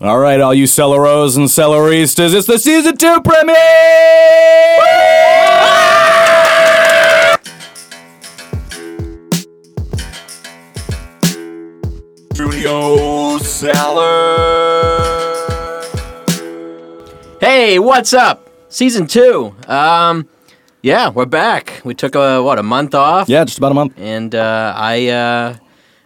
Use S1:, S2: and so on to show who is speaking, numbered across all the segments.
S1: All right, all you celeros and celeristas, it's the season two premiere! Studio Cellar.
S2: Hey, what's up? Season two. Um, yeah, we're back. We took a what a month off,
S1: Yeah, just about a month.
S2: and uh, I uh,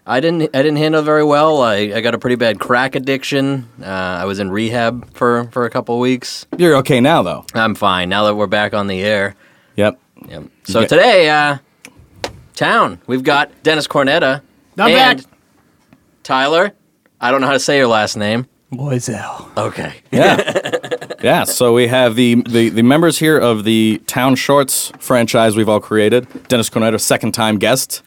S2: I didn't I didn't handle it very well. I, I got a pretty bad crack addiction. Uh, I was in rehab for for a couple weeks.
S1: You're okay now, though.
S2: I'm fine now that we're back on the air.
S1: Yep.
S2: Yep. So
S1: Yeah.
S2: today, uh, town we've got Dennis Cornetta
S3: I'm
S2: and
S3: back.
S2: Tyler. I don't know how to say your last name.
S3: Boisel.
S2: Okay.
S1: Yeah. yeah. So we have the, the, the members here of the Town Shorts franchise we've all created. Dennis Cornetto, second time guest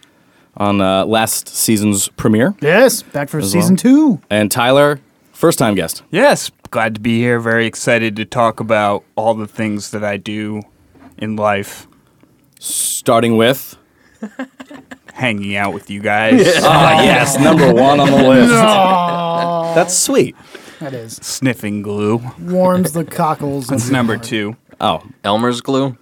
S1: on uh, last season's premiere.
S3: Yes, back for season
S1: well.
S3: two.
S1: And Tyler, first time guest.
S4: Yes, glad to be here. Very excited to talk about all the things that I do in life,
S1: Starting with.
S4: hanging out with you guys,
S1: Ah, yes, number one on the list. That's sweet.
S3: That is
S4: sniffing glue.
S3: warms the cockles.
S4: That's number two.
S1: Oh,
S2: Elmer's glue.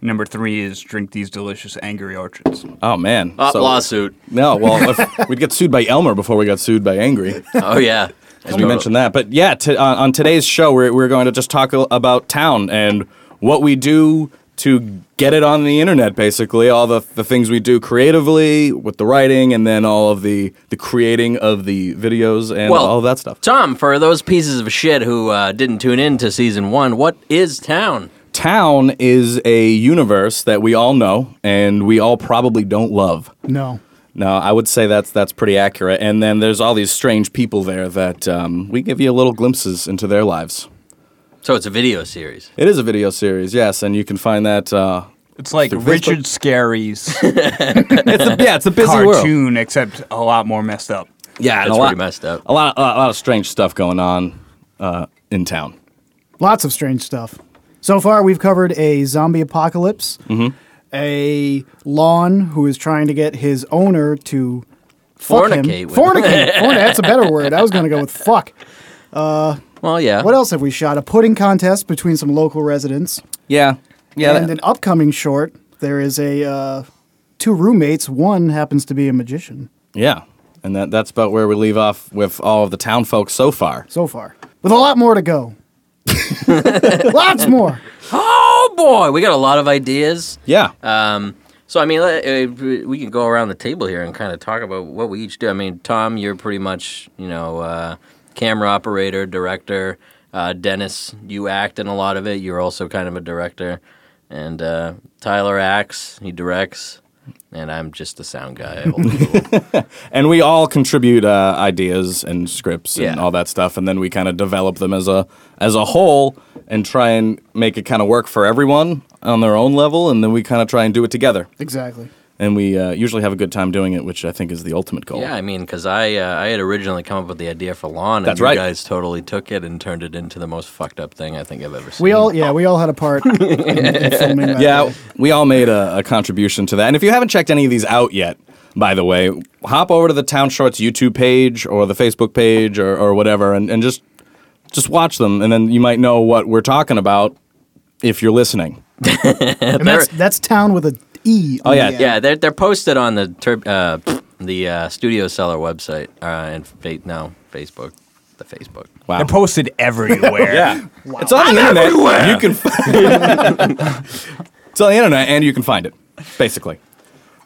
S4: Number three is drink these delicious angry orchards.
S1: oh man.
S2: Uh,
S1: So-
S2: lawsuit.
S1: No, well, if we'd get sued by Elmer before we got sued by Angry.
S2: Oh yeah.
S1: as we mentioned that. But yeah, t- uh, on, on today's show, we're, we're going to just talk a- about town and what we do to get it on the internet, basically. All the, the things we do creatively with the writing and then all of the, the creating of the videos and
S2: Well,
S1: all of that stuff.
S2: Tom, for those pieces of shit who uh, didn't tune in to season one, what is town?
S1: Town is a universe that we all know and we all probably don't love.
S3: No.
S1: No, I would say that's that's pretty accurate. And then there's all these strange people there that um, we give you little glimpses into their lives.
S2: So it's a video series.
S1: It is a video series, yes, and you can find that uh,
S4: It's like
S1: Through Facebook?
S4: Richard Scarry's
S1: it's a, yeah, it's a busy world.
S4: cartoon, except a lot more messed up.
S1: Yeah, and
S2: That's
S1: a lot,
S2: pretty messed up.
S1: A lot, a lot, a lot of strange stuff going on uh, in town.
S3: Lots of strange stuff. So far, we've covered a zombie apocalypse, a lawn who is trying to get his owner to fuck him.
S2: Fornicate with-
S3: Fornicate. Fornicate. That's a better word. I was going to go with fuck.
S2: Well, yeah.
S3: What else have we shot? A pudding contest between some local residents.
S1: Yeah, yeah,
S3: and an upcoming short, there is a uh, two roommates. One happens to be a magician.
S1: yeah. And that, that's about where we leave off with all of the town folks so far.
S3: so far, with a lot more to go. Lots more.
S2: Oh boy, we got a lot of ideas.
S1: Yeah,
S2: Um, so I mean, uh, uh, we can go around the table here and kind of talk about what we each do. I mean, Tom, you're pretty much you know uh, camera operator, director. Uh, Dennis, you act in a lot of it. You're also kind of a director, and uh, Tyler acts. He directs, and I'm just the sound guy. I hold the little-
S1: and we all contribute uh, ideas and scripts and
S2: Yeah.
S1: all that stuff, and then we kind of develop them as a as a whole and try and make it kind of work for everyone on their own level, and then we kind of try and do it together.
S3: Exactly.
S1: And we uh, usually have a good time doing it, which I think is the ultimate goal.
S2: Yeah, I mean, because I uh, I had originally come up with the idea for lawn, and
S1: That's
S2: you
S1: right.
S2: guys totally took it and turned it into the most fucked up thing I think I've ever seen.
S3: We all, yeah, we all had a part in, in filming that.
S1: yeah, we all made a, a contribution to that. And if you haven't checked any of these out yet, by the way, hop over to the Town Shorts YouTube page or the Facebook page or, or whatever, and, and just just watch them, and then you might know what we're talking about if you're listening.
S3: and that's that's town with a E. on
S1: Oh, yeah,
S3: the end.
S2: yeah, they're they're posted on the tur- uh, the uh, Studio Seller website uh, and fa- no Facebook, the Facebook.
S1: Wow.
S4: They're posted everywhere.
S1: yeah, it's on the internet. You can. Find it's on the internet, and you can find it, basically.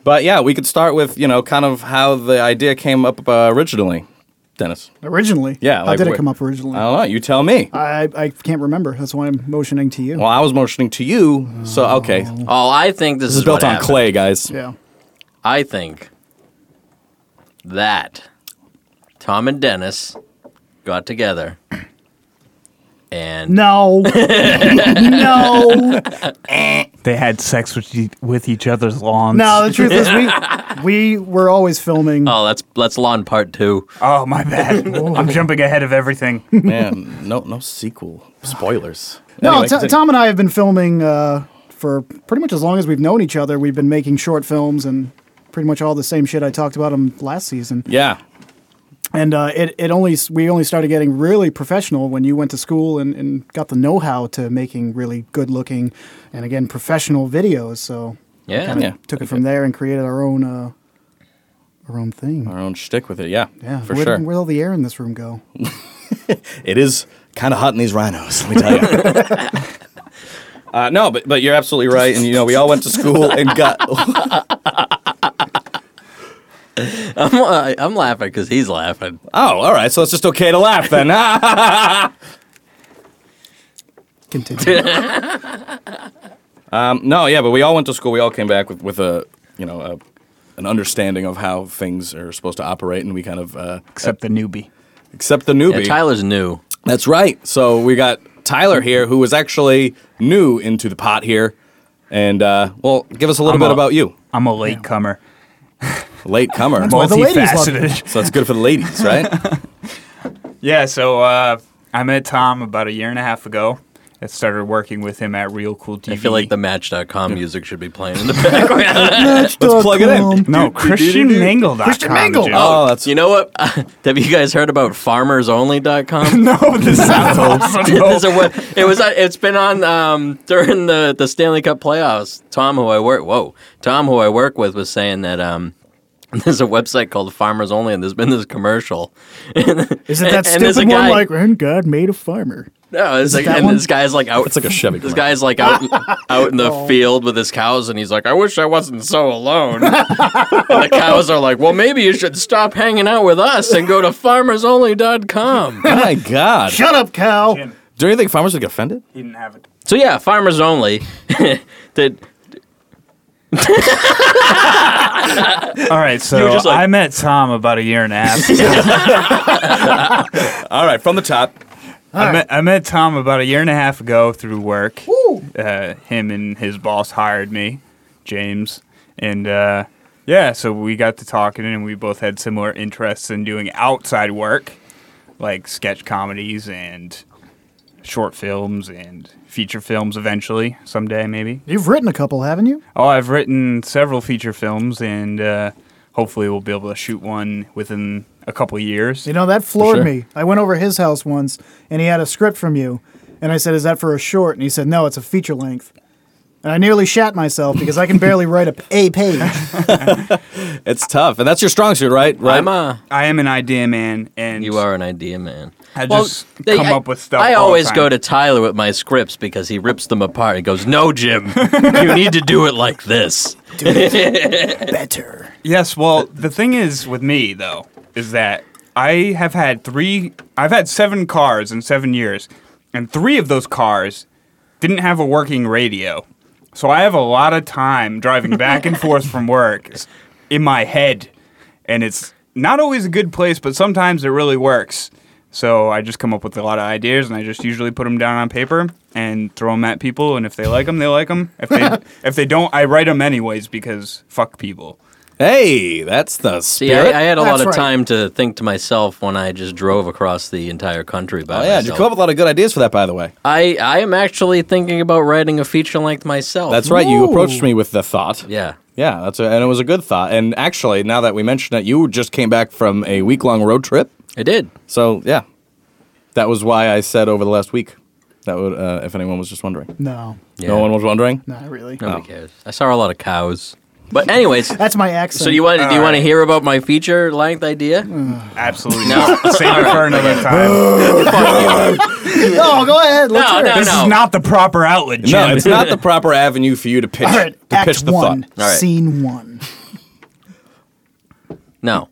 S1: But yeah, we could start with you know kind of how the idea came up uh, originally, Dennis.
S3: Originally.
S1: Yeah,
S3: How
S1: like
S3: did
S1: where-
S3: it come up originally?
S1: I don't know. You tell me.
S3: I I can't remember. That's why I'm motioning to you.
S1: Well, I was motioning to you, so okay. This
S2: Oh, I think this,
S1: is built
S2: what
S1: on
S2: happened.
S1: clay, guys.
S3: yeah.
S2: I think that Tom and Dennis got together and
S3: No. no.
S4: They had sex with, e- with each other's lawns.
S3: No. The truth is, we we were always filming.
S2: oh, let's let's lawn part two.
S4: Oh, my bad. I'm jumping ahead of everything.
S1: Man, no, no sequel spoilers.
S3: No,
S1: Anyway,
S3: To-
S1: continue.
S3: Tom and I have been filming uh, for pretty much as long as we've known each other. We've been making short films and pretty much all the same shit I talked about him last season.
S1: Yeah,
S3: And uh, it, it only we only started getting really professional when you went to school and, and got the know how to making really good looking and again professional videos. So we
S2: Yeah.
S3: kinda
S1: Yeah.
S3: took it from there and created our own uh, our own thing.
S1: Our own shtick with it, yeah,
S3: yeah,
S1: for
S3: where,
S1: sure.
S3: Where'll the air in this room go?
S1: It is kind of hot in these rhinos, let me tell you. Uh, no, but but you're absolutely right, and you know we all went to school and got.
S2: I'm, uh, I'm laughing because he's laughing.
S1: Oh, all right, so it's just okay to laugh then.
S3: Continue.
S1: Um, no, yeah, but we all went to school. We all came back with, with a you know a, an understanding of how things are supposed to operate, and we kind of uh,
S4: except the newbie.
S1: accept the
S2: Yeah,
S1: newbie.
S2: Tyler's new.
S1: That's right. So we got Tyler here, who was actually new into the pot here, and uh, well, give us a little
S4: I'm
S1: bit
S4: a-
S1: about you,
S4: I'm a latecomer.
S1: late comer.
S3: why the ladies love me.
S4: Multifaceted.
S1: so that's good for the ladies, right?
S4: Yeah, so uh, I met Tom about a year and a half ago. I started working with him at Real Cool TV.
S2: I feel like the Match.com music should be playing in the background.
S1: Let's plug it in.
S4: no Christian Mingle. Christian
S3: Mingle.
S1: Oh, that's
S2: you know what? Have you guys heard about FarmersOnly.com?
S4: No, this sounds awesome.
S2: There's a web- it was. on- It's been on um, during the, the Stanley Cup playoffs. Tom, who I work, whoa, Tom, who I work with, was saying that um, there's a website called Farmers Only, and there's been this commercial.
S3: Is it that
S2: And there's a
S3: stupid one
S2: guy-
S3: like and God made a farmer?
S2: No, it's like,
S3: that
S2: and
S3: one?
S2: this guy's like out.
S1: It's like a Chevy
S2: This
S1: commercial.
S2: guy's like out, out in the field with his cows, and he's like, "I wish I wasn't so alone." and the cows are like, "Well, maybe you should stop hanging out with us and go to FarmersOnly.com."
S1: Oh my God.
S3: Shut up, cow.
S1: Do you think farmers would get offended?
S4: He didn't have it.
S2: So yeah, farmers only. that
S4: All right, so
S2: were just like-
S4: I met Tom about a year and a half.
S1: All right, from the top.
S4: I, met, I met Tom about a year and a half ago through work. Uh, him and his boss hired me, James, and uh, yeah, so we got to talking, and we both had similar interests in doing outside work, like sketch comedies and short films and feature films. Eventually, someday maybe.
S3: You've written a couple, haven't you?
S4: Oh, I've written several feature films, and uh, hopefully, we'll be able to shoot one within a couple years.
S3: You know, that floored
S1: sure.
S3: me. I went over his house once and he had a script from you. And I said, Is that for a short? And he said, No, it's a feature length. And I nearly shat myself because I can barely write a, a page.
S1: It's tough, and that's your strong suit, right? Right.
S2: I'm uh, a.
S4: I am an idea man, and
S2: You are an idea man.
S4: I just come up with stuff
S2: I
S4: all the
S2: always
S4: time.
S2: go to Tyler with my scripts because he rips them apart. He goes, "No, Jim, you need to do it like this."
S3: Better.
S4: Yes, well, the thing is with me though is that I have had three. I've had seven cars in seven years, and three of those cars didn't have a working radio. So I have a lot of time driving back and forth from work s- in my head, and it's not always a good place, but sometimes it really works. So I just come up with a lot of ideas, and I just usually put them down on paper and throw them at people. And if they like them, they like them. If they if they don't, I write them anyways because fuck people.
S1: Hey, that's the
S2: See,
S1: spirit.
S2: I, I had a lot
S3: That's
S2: of
S3: right.
S2: time to think to myself when I just drove across the entire country
S1: oh
S2: by
S1: yeah, you
S2: myself.
S1: come up with a lot of good ideas for that, by the way.
S2: I I am actually thinking about writing a feature length myself.
S1: That's right. You
S3: Whoa.
S1: approached me with the thought.
S2: yeah.
S1: Yeah, that's a, and it was a good thought. And actually, now that we mentioned it, you just came back from a week long road trip.
S2: I did.
S1: So yeah, that was why I said over the last week. That would, uh, if anyone was just wondering.
S3: No,
S2: Yeah.
S1: No one was wondering.
S3: not really.
S2: Nobody cares. I saw a lot of cows. But anyways,
S3: That's my accent.
S2: so do you want do you want to
S4: Alright.
S2: hear about my feature length idea?
S4: Mm. Absolutely not. Save it for another time.
S3: No, go ahead. Let's
S2: No,
S3: hear it.
S2: no,
S4: this
S2: no.
S4: is not the proper outlet, Jim.
S1: No, it's not the proper avenue for you to pitch
S3: All right,
S1: to
S3: act
S1: pitch the
S3: one,
S1: thought.
S2: All right.
S3: scene one.
S2: No.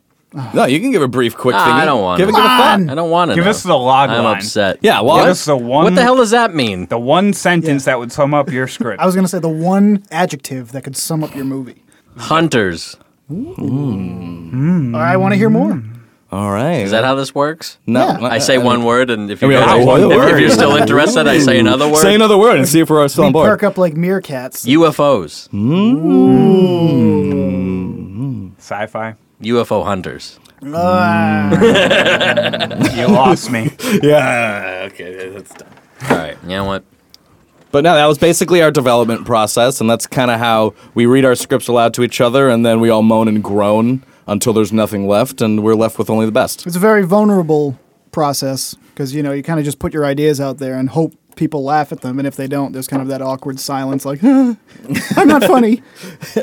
S1: No, you can give a brief, quick
S2: Ah,
S1: thing.
S2: I don't want
S1: Give
S2: to.
S1: it give a thought.
S2: I don't want to.
S4: Give us the log
S2: I'm
S4: line.
S2: upset.
S1: Yeah, um, well,
S2: What?
S1: Give
S4: us the one-
S2: What the hell does that mean?
S4: the one sentence that would sum up your script.
S3: I was going to say the one adjective that could sum up your movie.
S2: Hunters. Mm.
S3: All right, I want to hear more.
S1: All right.
S2: Is that how this works?
S1: No, uh,
S3: Yeah.
S1: not-
S2: I say one word, and if you
S1: we all
S2: guys-
S1: say one
S2: if- if
S1: word.
S2: you're still interested, I say another word.
S1: Say another word and see if we're still on
S3: We
S1: board.
S3: perk up like meerkats.
S2: UFOs.
S4: Sci-fi.
S2: UFO hunters.
S4: You lost me.
S2: Ah,
S1: Yeah. Okay, that's done.
S2: All right. You know what?
S1: But no, that was basically our development process, and that's kind of how we read our scripts aloud to each other, and then we all moan and groan until there's nothing left, and we're left with only the best.
S3: It's a very vulnerable process because you know you kind of just put your ideas out there and hope people laugh at them, and if they don't, there's kind of that awkward silence, like "Huh, I'm not funny.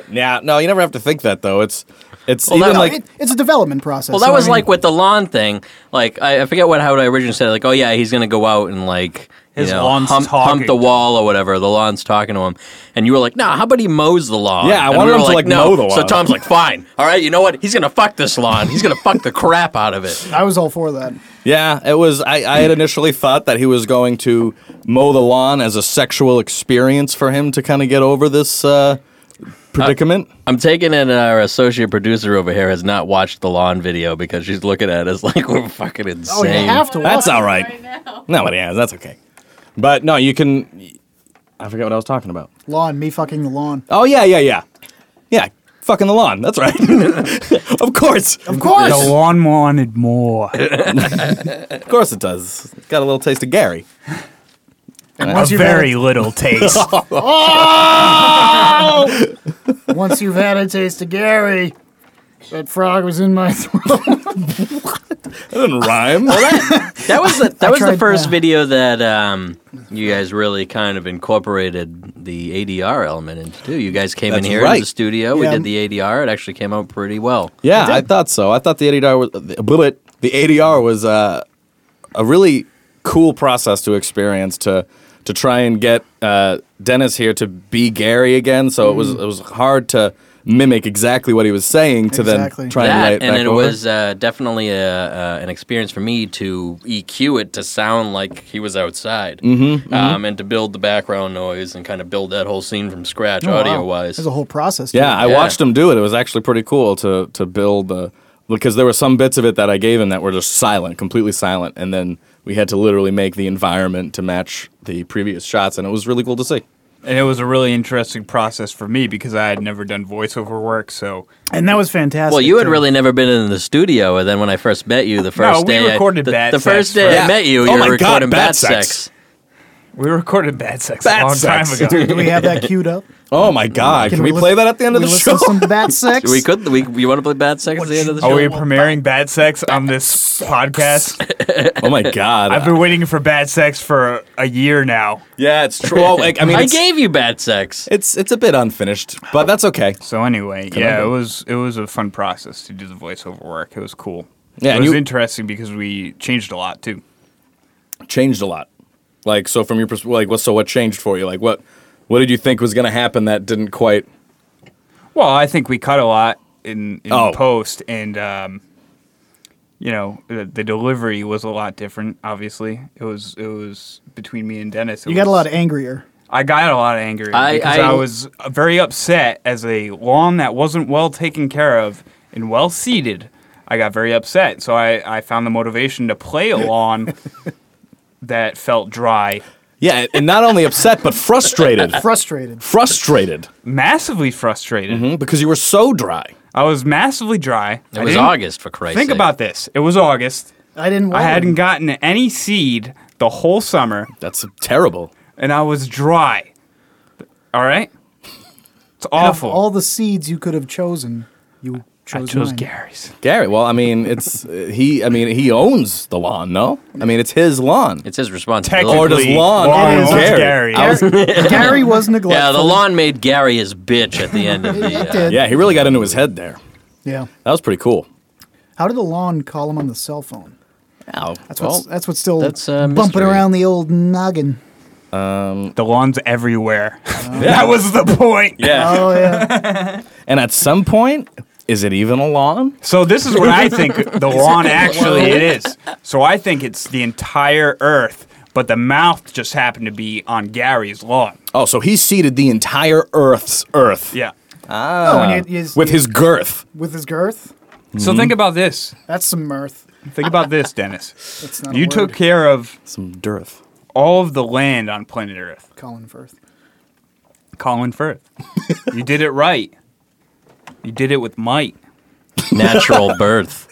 S1: Yeah, no, you never have to think that though. It's it's
S2: Well,
S1: even
S2: that-
S1: like
S3: It- it's a development process.
S2: Well,
S3: so
S2: that
S3: I
S2: was
S3: mean-
S2: like with the lawn thing. Like I, I forget what how I originally said. Like, oh yeah, he's gonna go out and like you
S4: His
S2: know,
S4: lawn's
S2: hump, hump
S4: talking.
S2: the wall or whatever. The lawn's talking to him, and you were like, nah, how about he mows the lawn?
S1: Yeah, I
S2: And
S1: wanted
S2: were
S1: him to, like,
S2: no.
S1: mow the
S2: So
S1: lawn.
S2: Tom's like, fine, all right, you know what? He's gonna fuck this lawn. He's gonna fuck the crap out of it.
S3: I was all for that.
S1: yeah, it was. I, I had initially thought that he was going to mow the lawn as a sexual experience for him to kind of get over this uh, predicament.
S2: I'm taking it. Our associate producer over here has not watched the lawn video because she's looking at us like we're fucking insane.
S3: Oh, you have to.
S1: That's
S3: watch it.
S1: all right. Nobody has. That's okay. But no, you can. I forget what I was talking about.
S3: Lawn, me fucking the lawn.
S1: Oh yeah, yeah, yeah, yeah. Fucking the lawn. That's right. of course,
S3: Of course.
S4: The one wanted more. A
S1: of course it does. It's got a little taste of Gary.
S3: Once you've, had
S4: very little taste.
S3: a, once you've had a taste of Gary, that frog was in my throat.
S1: That didn't rhyme.
S2: That was the, that was the
S3: tried-
S2: first
S3: yeah.
S2: video that um, you guys really kind of incorporated the ADR element into. Too. You guys came
S1: That's
S2: in here in
S1: right.
S2: the studio. We
S3: Yeah.
S2: did the ADR. It actually came out pretty well.
S1: Yeah, I thought so. I thought the ADR was the, bullet. The ADR was uh, a really cool process to experience to to try and get uh, Dennis here to be Gary again. So it was it was hard to mimic exactly what he was saying to
S3: Exactly.
S1: then try and lay it
S2: that and
S1: back
S2: it
S1: over.
S2: was uh, definitely a, uh, an experience for me to EQ it to sound like he was outside, mm-hmm, um, and to build the background noise and kind of build that whole scene from scratch,
S1: Oh,
S2: audio wise.
S3: There's a whole process. to
S1: yeah,
S3: it.
S1: I
S2: yeah.
S1: watched him do it. It was actually pretty cool to to build the because there were some bits of it that I gave him that were just silent, completely silent, and then we had to literally make the environment to match the previous shots, and it was really cool to see.
S4: and it was a really interesting process for me because I had never done voiceover work, so
S3: And that was fantastic.
S2: Well, you had
S3: too.
S2: really never been in the studio, and then when I first met you, the first
S4: we
S2: day
S4: recorded
S2: I, the,
S4: Bad
S2: the
S4: Sex
S2: first day
S4: first.
S2: I met you,
S1: Oh
S2: you
S1: my
S2: were
S1: God,
S2: recording
S1: Bad
S2: bad,
S1: Sex.
S2: sex.
S4: we recorded bad sex
S1: Bad
S4: a long
S1: sex.
S4: time ago.
S3: Do we have that queued up?
S1: Oh my god! Can, we
S3: lis-
S1: play that at the end of
S3: we
S1: the
S3: listen
S1: show?
S3: to Some bat sex.
S2: We could. We, you want to play bad sex at the end of the show?
S4: Are we premiering bad sex on this podcast?
S1: Oh my god!
S4: I've been waiting for bad sex for a year now.
S1: yeah, it's true. Well, like, I mean,
S2: I
S1: it's,
S2: gave you bad sex.
S1: it's it's a bit unfinished, but that's okay.
S4: So anyway, yeah,
S1: I-
S4: it was it was a fun process to do the voiceover work. It was cool.
S1: Yeah,
S4: it
S1: and
S4: was
S1: you-
S4: interesting because we changed a lot too.
S1: Changed a lot. Like so, from your perspective, like what? So what changed for you? Like what? What did you think was going to happen that didn't quite?
S4: Well, I think we cut a lot in, in
S1: Oh.
S4: post, and um, you know the, the delivery was a lot different. Obviously, it was it was between me and Dennis. it
S3: You got a
S4: was-
S3: lot angrier.
S4: I got a lot angry
S2: I-
S4: because
S2: I-
S4: I, was very upset as a lawn that wasn't well taken care of and well seeded. I got very upset, so I, I found the motivation to play a lawn that felt dry,
S1: Yeah, and not only upset but frustrated,
S3: Frustrated.
S1: frustrated
S4: massively frustrated.
S1: mm, because you were so dry.
S4: I was massively dry.
S2: Mm-hmm. It was August for Christ's
S4: Think
S2: sake.
S4: about this. It was August.
S3: I didn't.
S4: I
S3: want
S4: hadn't
S3: him.
S4: gotten any seed the whole summer,
S1: That's terrible.
S4: and I was dry. All right,
S3: Out
S4: it's
S3: of
S4: awful.
S3: all the seeds you could have chosen. You chose,
S4: I chose
S3: mine.
S4: Gary's.
S1: Gary, well, I mean, it's uh, he. I mean, he owns the lawn. No, I mean, it's his lawn.
S2: It's his
S1: Or
S2: responsibility.
S1: does lawn
S3: It
S1: own
S3: is.
S1: Gary?
S4: Gary.
S1: I was-
S3: Gary was neglectful.
S2: Yeah, the lawn made Gary his bitch at the end of the.
S3: It
S2: Uh,
S3: did.
S1: yeah, he really got into his head there.
S3: Yeah.
S1: That was pretty cool.
S3: How did the lawn call him on the cell phone?
S1: Ow.
S3: That's what's, that's what's still
S2: that's a
S3: bumping
S2: mystery.
S3: around the old noggin.
S4: The lawn's everywhere. that was the point.
S1: yeah.
S3: Oh yeah,
S1: And at some point, is it even a lawn?
S4: So this is what I think the lawn actually it is. So I think it's the entire earth, but the mouth just happened to be on Gary's lawn.
S1: Oh, so he seeded the entire Earth's Earth
S4: Yeah.
S3: oh, and you, you,
S1: with
S3: you-
S1: his girth.
S3: with his girth.
S4: So
S2: Mm-hmm.
S4: think about this.
S3: That's some mirth.
S4: Think about this, Dennis.
S3: That's not. a
S4: You
S3: word.
S4: took care of
S1: Some dearth.
S4: all of the land on planet Earth.
S3: Colin Firth.
S4: Colin Firth. you did it right. You did it with might.
S2: natural birth.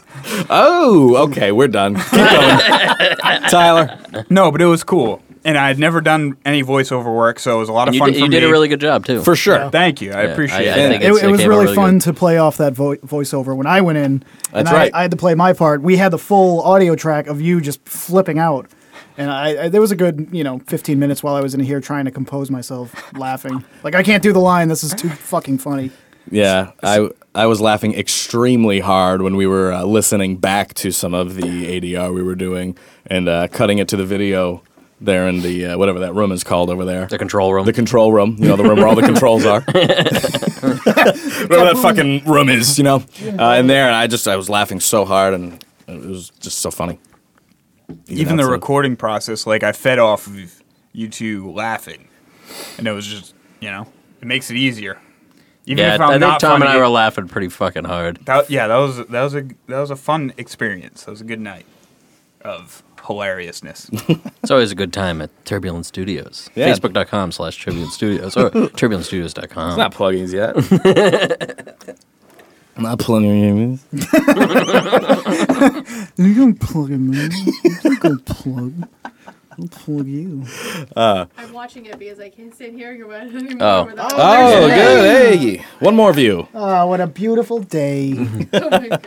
S1: Oh, okay, we're done. Keep going. Tyler.
S4: No, but it was cool. and I had never done any voiceover work, so it was a lot of
S2: you
S4: fun
S2: did,
S4: for
S2: you did
S4: me.
S2: a really good job too.
S1: for sure.
S4: Thank you. I
S2: Yeah,
S4: appreciate
S2: I- I
S4: it.
S2: think
S3: it,
S2: it's-
S3: it
S2: it
S3: was
S2: came out
S3: really,
S2: really
S3: fun
S2: good.
S3: to play off that vo- voiceover when I went in. and
S1: That's right.
S3: I, I had to play my part. We had the full audio track of you just flipping out, and I, I there was a good you know 15 minutes while I was in here trying to compose myself, laughing. Like I can't do the line. This is too fucking funny.
S1: Yeah, I I was laughing extremely hard when we were uh, listening back to some of the ADR we were doing and uh, cutting it to the video there in the uh, whatever that room is called over there.
S2: the control room.
S1: The control room, you know, the room where all the controls are. Whatever that fucking room is, you know, uh, in there. And I just, I was laughing so hard, and it was just so funny.
S4: Even the
S1: outside.
S4: recording process, like I fed off of you two laughing, and it was just you know it makes it easier. Even
S2: yeah,
S4: if
S2: I
S4: I'm
S2: think
S4: not
S2: Tom and I
S4: funny,
S2: were laughing pretty fucking hard.
S4: That, yeah, that was that was a that was a fun experience. That was a good night of hilariousness.
S2: It's always a good time at Turbulent Studios.
S1: Yeah.
S2: Facebook.com slash Turbulent Studios or turbulentstudios.com.
S1: Not plugins yet. not plugins.
S3: You gonna plug him in? You gonna plug? I'll plug you.
S5: I'm watching it because I can't stand hearing about it anymore.
S2: Oh.
S5: without-
S1: Oh, good. Hey, one more view.
S3: Oh, what a beautiful day.
S5: oh my god.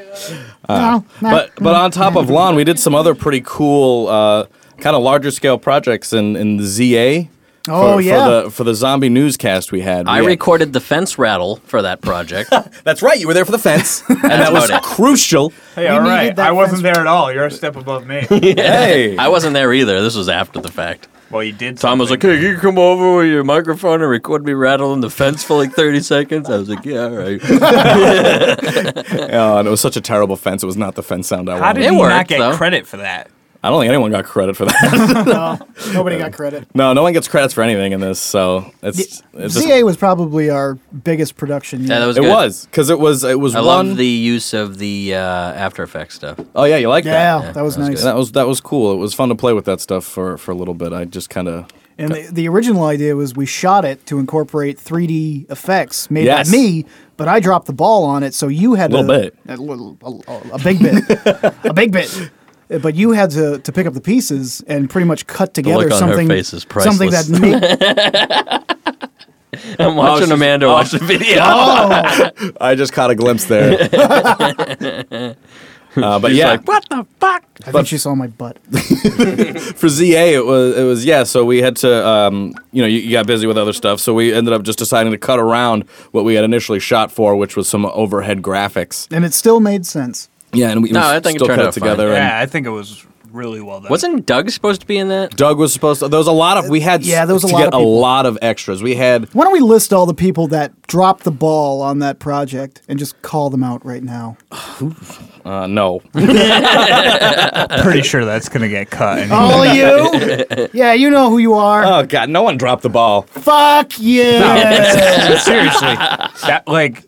S3: No, no.
S1: Uh, but but on top of lawn, we did some other pretty cool, uh, kind of larger scale projects in in the ZA.
S3: Oh,
S1: for,
S3: yeah.
S1: for the for the zombie newscast we had.
S2: I
S1: We had-
S2: recorded the fence rattle for that project.
S1: That's right. You were there for the fence, and
S2: That's
S1: that was
S2: about it.
S1: crucial.
S4: hey,
S3: all
S4: all
S3: needed right.
S4: right,
S3: that
S4: I wasn't
S3: fence-
S4: there at all. You're a step above me.
S1: Hey,
S2: I wasn't there either. This was after the fact.
S4: well, you did.
S2: Tom was like,
S4: something.
S2: hey, you come over with your microphone and record me rattling the fence for like 30 seconds? I was like, yeah, all right.
S1: Oh, and it was such a terrible fence. It was not the fence sound I
S4: "How did
S1: wanted.
S2: It
S4: you
S2: worked,
S4: not get
S2: though.
S4: credit for that?"
S1: I don't think anyone got credit for that.
S3: Nobody got credit.
S1: no, no one gets credits for anything in this. So it's, it's just-
S3: ZA was probably our biggest production.
S2: Yeah, that was
S1: it
S2: good.
S1: was because it was it was
S2: I
S1: one.
S2: love the use of the uh, After Effects stuff.
S1: oh yeah, you like
S3: Yeah,
S1: that.
S3: that was
S2: that was
S3: nice.
S1: And that was that was cool. It was fun to play with that stuff for for a little bit. I just kind of
S3: And the, the original idea was we shot it to incorporate 3D effects made
S1: Yes.
S3: by me, but I dropped the ball on it, so you had
S1: Little
S3: to,
S1: bit.
S3: a little a, a big bit, a big bit. Uh, But you had to, to pick up the pieces and pretty much cut together
S2: look on her
S3: something
S2: face is
S3: something
S2: priceless.
S3: that made
S2: I'm watching
S1: she's-
S2: Amanda watch the video.
S1: I just caught a glimpse there. uh, but yeah,
S2: Like, what the fuck?
S3: I think she saw my butt.
S1: for ZA it was it was yeah. So we had to um, you know you, you got busy with other stuff, so we ended up just deciding to cut around what we had initially shot for, which was some overhead graphics.
S3: And it still made sense.
S1: Yeah, and we
S2: No,
S1: we
S2: I think it
S1: still
S2: turned
S1: cut
S2: out fine.
S1: together. and
S4: Yeah, I think it was really well done.
S2: Wasn't Doug supposed to be in that?
S1: Doug was supposed to. There was a lot of we had
S3: Yeah, there was a
S1: to
S3: lot
S1: get
S3: of
S1: a
S3: people.
S1: lot of extras. We had
S3: Why don't we list all the people that dropped the ball on that project and just call them out right now?
S1: uh, no.
S4: pretty sure that's gonna get cut.
S2: Oh,
S4: anyway.
S3: All of you? Yeah, you know who you are.
S1: oh God, no one dropped the ball.
S3: Fuck you.
S4: Seriously, that like,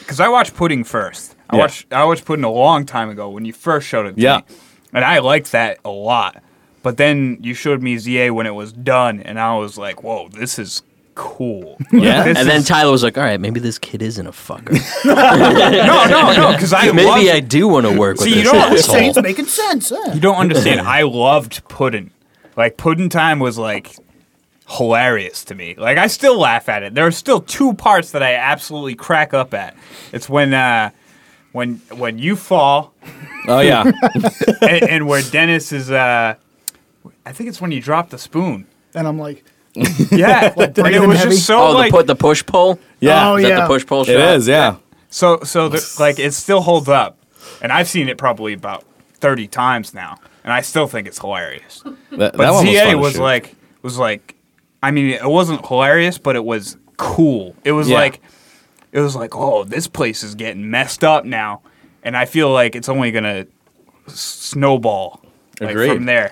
S4: because I watched Pudding first. I
S1: Yeah.
S4: watched I watched Pudding a long time ago when you first showed it. To
S1: Yeah.
S4: me, and I liked that a lot. But then you showed me ZA when it was done, and I was like, "Whoa, this is cool." Like,
S1: Yeah.
S4: this
S2: And then
S4: is-
S2: Tyler was like, all right, maybe this kid isn't a fucker.
S4: no, no, no, because I
S2: Maybe
S4: loved-
S2: I do want to work with
S4: See, you
S2: this
S4: don't
S2: asshole. Oh,
S3: It's making sense. huh?
S4: You don't understand. I loved Puddin. Like Puddin time was like hilarious to me. Like I still laugh at it. There are still two parts that I absolutely crack up at. It's when uh when when you fall
S1: Oh yeah,
S4: and, and where Dennis is uh I think it's when you drop the spoon.
S3: And I'm like,
S4: Yeah. and
S3: breathing
S4: it was
S3: heavy?
S4: just so
S2: Oh, the,
S4: like
S2: put the push pull?
S1: yeah.
S3: Oh,
S2: Is that
S3: yeah.
S2: the push pull shot?
S1: It is. Yeah.
S4: so so the, like it still holds up. And I've seen it probably about 30 times now and I still think it's hilarious.
S1: That, that
S4: But
S1: one was, fun
S4: ZA
S1: to
S4: was,
S1: shoot.
S4: like was like I mean it wasn't hilarious, but it was cool. It was
S1: Yeah.
S4: like it was like, oh, this place is getting messed up now. And I feel like it's only gonna s- snowball like,
S1: Agreed.
S4: from there.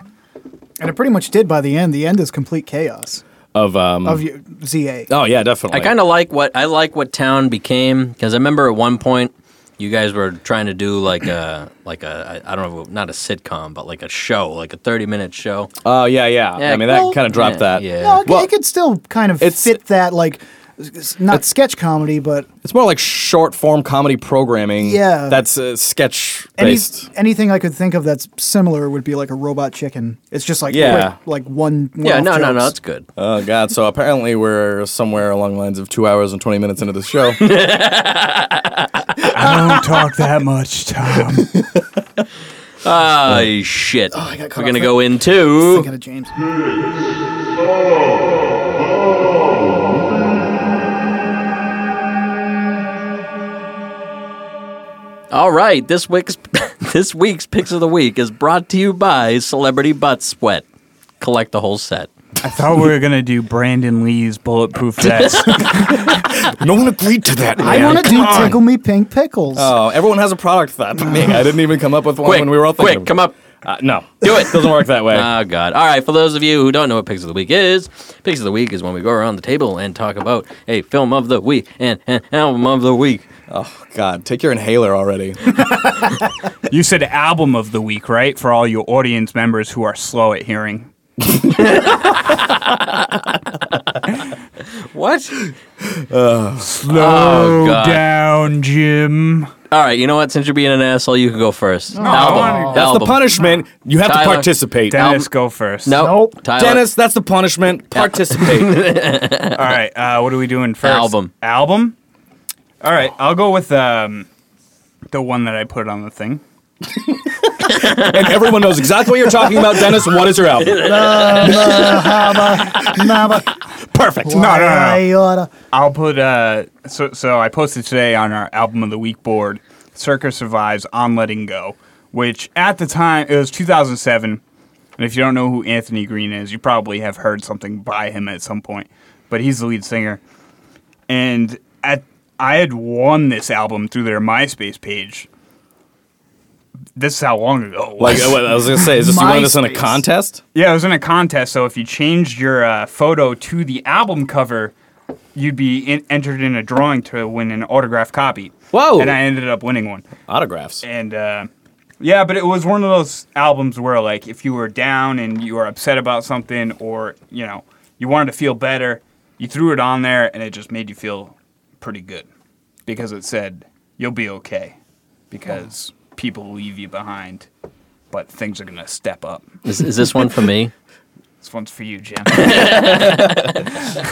S3: and it pretty much did by the end. The end is complete chaos
S1: of um.
S3: of you- ZA.
S1: oh yeah, definitely.
S2: I kind of like what I like what town became because I remember at one point you guys were trying to do like a like a I I don't know not a sitcom but like a show like a thirty minute show.
S1: Oh yeah, yeah. I mean, that kind of dropped
S2: yeah,
S1: that.
S2: Yeah.
S3: No, it,
S1: Well,
S3: it could still kind of
S1: it's-
S3: fit that like it's not sketch comedy, but
S1: It's more like short form comedy programming.
S3: Yeah.
S1: That's uh, sketch
S3: any,
S1: based.
S3: anything I could think of that's similar would be like a robot chicken. It's just like
S1: Yeah.
S3: like, like one.
S2: Yeah,
S3: one-off
S2: no, no, no,
S3: jokes.
S2: it's good.
S1: Oh God! So apparently we're somewhere along the lines of two hours and twenty minutes into the show.
S4: I don't talk that much, Tom.
S2: Ah, shit.
S3: I got caught
S2: We're gonna
S3: off there.
S2: go
S3: Thinking
S2: into
S3: of James.
S2: all right. This week's this week's picks of the week is brought to you by Celebrity Butt Sweat. Collect the whole set.
S4: I thought we were gonna do Brandon Lee's bulletproof vest.
S1: no one agreed to that.
S3: I want to do tickle me pink pickles.
S1: Oh, everyone has a product thought. but Me, I didn't even come up with one
S2: Quick,
S1: when we were all thinking.
S2: quick, come up.
S1: Uh, no,
S2: Do it.
S1: doesn't work that way.
S2: Oh God! All right, for those of you who don't know what Picks of the Week is, Picks of the Week is when we go around the table and talk about a film of the week and an album of the week.
S1: oh God, take your inhaler already.
S4: you said album of the week, right? For all your audience members who are slow at hearing.
S2: What?
S1: Oh,
S4: Slow
S2: God.
S4: down, Jim.
S2: All right, you know what? Since you're being an asshole, you can go first. album.
S4: I wanna-
S1: That's the
S2: Album.
S1: punishment. You have to
S2: Tyler.
S1: participate.
S4: Dennis, go first.
S2: No,
S3: Nope.
S2: Tyler.
S1: Dennis, that's the punishment. Participate.
S4: All right. Uh, what are we doing first?
S2: Album.
S4: Album. All right. I'll go with um, the one that I put on the thing.
S1: and everyone knows exactly what you're talking about. Dennis, what is your album? Perfect.
S4: No, no, no, no.
S3: Iota.
S4: I'll put uh so so I posted today on our album of the week board, Circus Survives on Letting Go, which at the time it was 2007. And if you don't know who Anthony Green is, you probably have heard something by him at some point, but he's the lead singer. And at I had won this album through their MySpace page. This is how long ago. it was.
S1: Like uh, what I was gonna say, is this you wanted this in a
S3: MySpace.
S1: contest?
S4: Yeah, it was in a contest. So if you changed your uh, photo to the album cover, you'd be in- entered in a drawing to win an autographed copy.
S1: Whoa.
S4: And I ended up winning one.
S1: Autographs.
S4: And uh, yeah, but it was one of those albums where, like, if you were down and you were upset about something, or you know, you wanted to feel better, you threw it on there, and it just made you feel pretty good because it said you'll be okay because people leave you behind, but things are gonna step up.
S2: Is, is this one for me?
S4: This one's for you, Jim.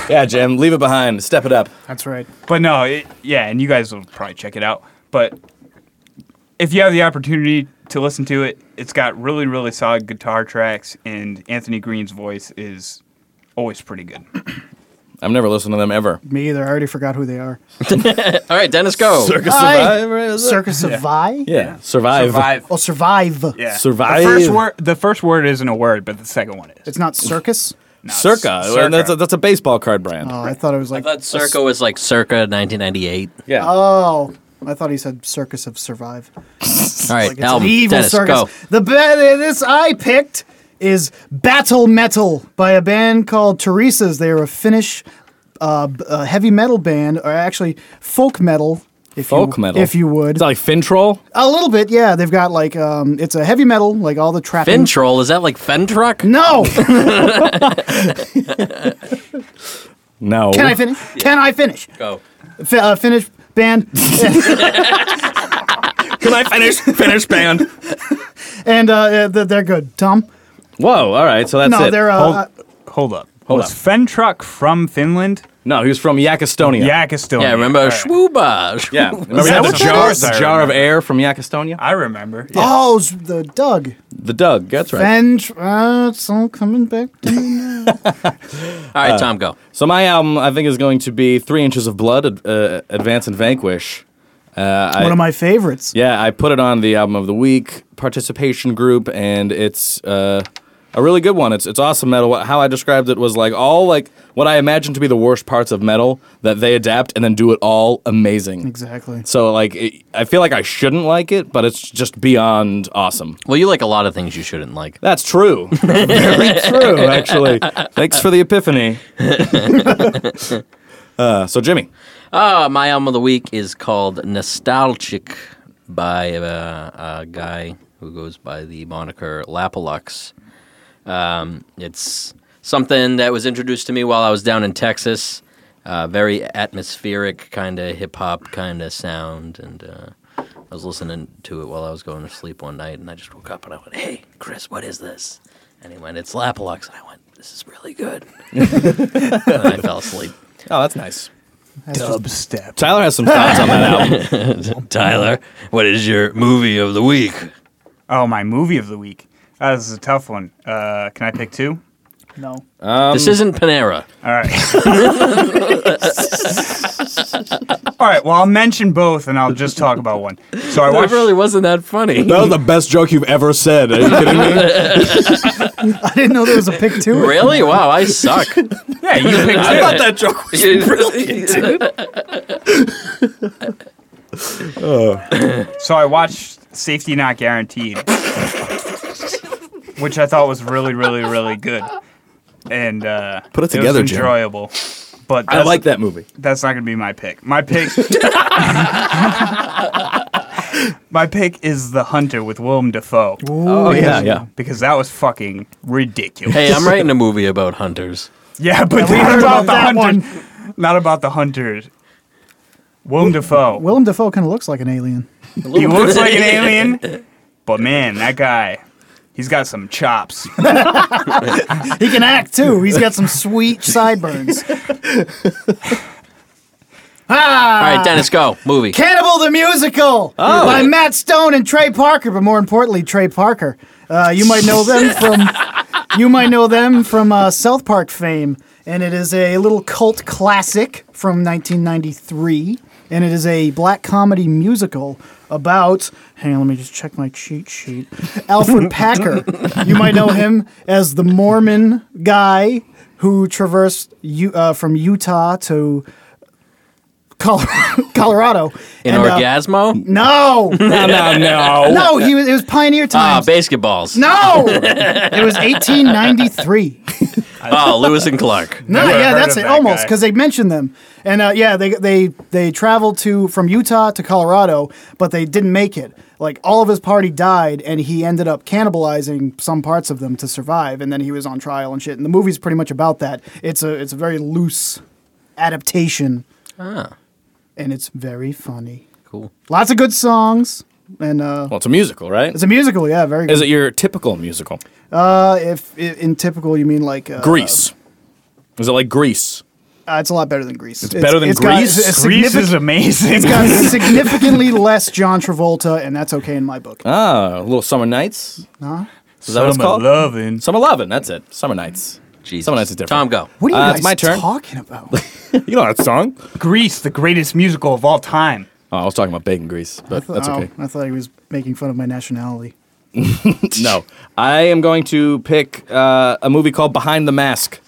S1: Yeah, Jim, leave it behind. Step it up.
S3: That's right.
S4: But no, it, yeah, and you guys will probably check it out. But if you have the opportunity to listen to it, it's got really, really solid guitar tracks, and Anthony Green's voice is always pretty good.
S1: I've never listened to them ever.
S3: Me either. I already forgot who they are.
S2: All right, Dennis, go.
S1: Circus
S3: Oh. Hi.
S1: Survivor. is it?
S3: Circus Survive?
S1: yeah, survive.
S3: Oh, survive.
S4: Yeah.
S1: Survive.
S4: The first, word, the first word isn't a word, but the second one is.
S3: It's not circus.
S4: No, it's
S1: Circa.
S4: circa.
S1: That's, a, that's a baseball card brand.
S3: Oh, I thought it was
S2: I
S3: like.
S2: thought Circa was like circa 1998.
S1: yeah.
S3: Oh, I thought he said circus of survive.
S2: All right,
S3: Like it's
S2: album.
S3: an evil
S2: Dennis,
S3: circus.
S2: go.
S3: The band this I picked is Battle Metal by a band called Teresa's. They are a Finnish uh, b- uh, heavy metal band, or actually folk metal. If
S1: Folk
S3: you,
S1: metal.
S3: if you would,
S1: Is that like Fintroll?
S3: a little bit, yeah. They've got like um, it's a heavy metal, like all the trappings.
S2: Fin Troll, is that like Fen Truck?
S3: no,
S1: No.
S3: can I finish? Can I finish?
S2: Go.
S3: Fi uh, Finnish band,
S1: Can I finish? finish band.
S3: and uh, uh, they're they're good. Tom,
S1: Whoa. All right. So that's
S3: no,
S1: it.
S3: they're uh,
S4: Hold,
S3: uh,
S4: hold up.
S1: Hold up.
S4: was
S1: Oh,
S4: Fentruck from Finland?
S1: no, he was from Yak Estonia.
S4: Yeah, Estonia.
S2: Yeah, remember
S4: All right.
S2: Schwooba. Schwooba.
S1: Yeah. Remember
S4: Is
S1: we
S4: that
S1: had the
S4: what that
S1: jar,
S4: is?
S1: the
S4: I
S1: jar of
S4: remember.
S1: air from Yak Estonia?
S4: I remember. Yeah.
S3: oh, s- the Doug.
S1: The Doug. That's right.
S3: French, uh, it's all coming back to me.
S2: All right, Tom, go.
S1: So my album, I think, is going to be Three Inches of Blood, uh, Advance and Vanquish.
S3: One of my favorites.
S1: Yeah, I put it on the album of the week participation group, and it's uh, a really good one. It's it's awesome metal. What- How I described it was like all like what I imagined to be the worst parts of metal that they adapt and then do it all amazing.
S3: Exactly.
S1: So like it, I feel like I shouldn't like it, but it's just beyond awesome.
S2: Well, you like a lot of things you shouldn't like.
S1: That's true. Very true, actually. Thanks for the epiphany. uh, so Jimmy,
S2: Uh, my album of the week is called Nostalgic by uh, a guy who goes by the moniker Lapalux. Um, it's something that was introduced to me while I was down in Texas. uh, very atmospheric kind of hip hop kind of sound. And uh, I was listening to it while I was going to sleep one night, and I just woke up and I went, "Hey, Chris, what is this?" And he went, "It's Lapalux," and I went, "This is really good." and I fell asleep.
S1: Oh, that's nice.
S3: That's just-
S6: Dubstep.
S1: Tyler has some thoughts on that album.
S2: Tyler, what is your movie of the week?
S4: Oh, my movie of the week. Uh, this is a tough one. Uh, can I pick two?
S3: no.
S1: Um,
S2: this isn't Panera.
S4: All right. All right. Well, I'll mention both, and I'll just talk about one. So I
S2: It
S4: watched.
S2: really wasn't that funny.
S1: That was the best joke you've ever said. Are you kidding me?
S3: I didn't know there was a pick to it.
S2: Really? Wow, I suck.
S4: Yeah, you picked
S1: I
S4: two.
S1: thought that joke was brilliant.
S4: So I watched Safety Not Guaranteed, which I thought was really, really, really good, and uh,
S1: Put it together,
S4: was
S1: Jim.
S4: enjoyable. But
S1: I
S4: that's-
S1: like that movie.
S4: that's not gonna be my pick. My pick. my pick is The Hunter with Willem Dafoe
S1: Oh yeah, yeah.
S4: because that was fucking ridiculous.
S2: Hey, I'm writing a movie about hunters.
S4: Yeah, but
S3: we
S4: not
S3: heard
S4: about,
S3: about
S4: the
S3: that
S4: hunters. Not about the hunters. Willem Dafoe.
S3: Willem Dafoe kind of looks like an alien.
S4: he looks like an alien, but man, that guy, he's got some chops.
S3: He can act too. He's got some sweet sideburns.
S2: All right, Dennis, go. Movie.
S3: Cannibal the Musical
S1: Oh.
S3: by Matt Stone and Trey Parker, but more importantly, Trey Parker. Uh, you might know them from you might know them from uh, South Park fame, and it is a little cult classic from 1993, and it is a black comedy musical about. Hang on, let me just check my cheat sheet. Alfred Packer. You might know him as the Mormon guy who traversed U- uh, from Utah to. Col- Colorado.
S2: In
S3: And, uh,
S2: Orgasmo?
S3: no,
S1: No, no, no.
S3: no, he was, it was Pioneer
S2: Ah,
S3: Times.
S2: basketballs.
S3: no, it was 1893.
S2: Oh, Lewis and Clark.
S3: No,
S4: Never
S3: yeah,
S4: heard
S3: that's
S4: of
S3: it,
S4: that
S3: almost
S4: guy.
S3: because they mentioned them, and uh, yeah, they they they traveled to from Utah to Colorado, but they didn't make it. Like all of his party died, and he ended up cannibalizing some parts of them to survive, and then he was on trial and shit. And the movie's pretty much about that. It's a it's a very loose adaptation,
S2: Ah,
S3: and it's very funny.
S2: cool.
S3: Lots of good songs, and uh,
S1: Well, it's a musical, right?
S3: it's a musical. Yeah, very. good.
S1: Is it your typical musical?
S3: Uh, if i- in typical you mean like uh,
S1: Grease. Is it like Grease?
S3: uh, it's a lot better than Grease. It's,
S1: better than
S3: got
S1: Grease?
S3: a
S4: Grease is
S3: significant-
S4: amazing.
S3: it's got significantly less John Travolta, and that's okay in my book.
S1: Ah, Little Summer Nights.
S3: Huh?
S1: Is that what it's
S4: Summer
S1: called?
S4: lovin'.
S1: Summer Lovin'. That's it. Summer Nights.
S2: Jesus.
S1: Someone else is different.
S2: Tom, go.
S3: What are you
S1: Uh,
S3: guys
S1: it's my turn.
S3: talking about?
S1: You know that song?
S4: Grease, the greatest musical of all time.
S1: Oh, I was talking about bacon grease, but that's
S3: Oh,
S1: okay.
S3: I thought he was making fun of my nationality.
S1: No, I am going to pick uh, a movie called Behind the Mask,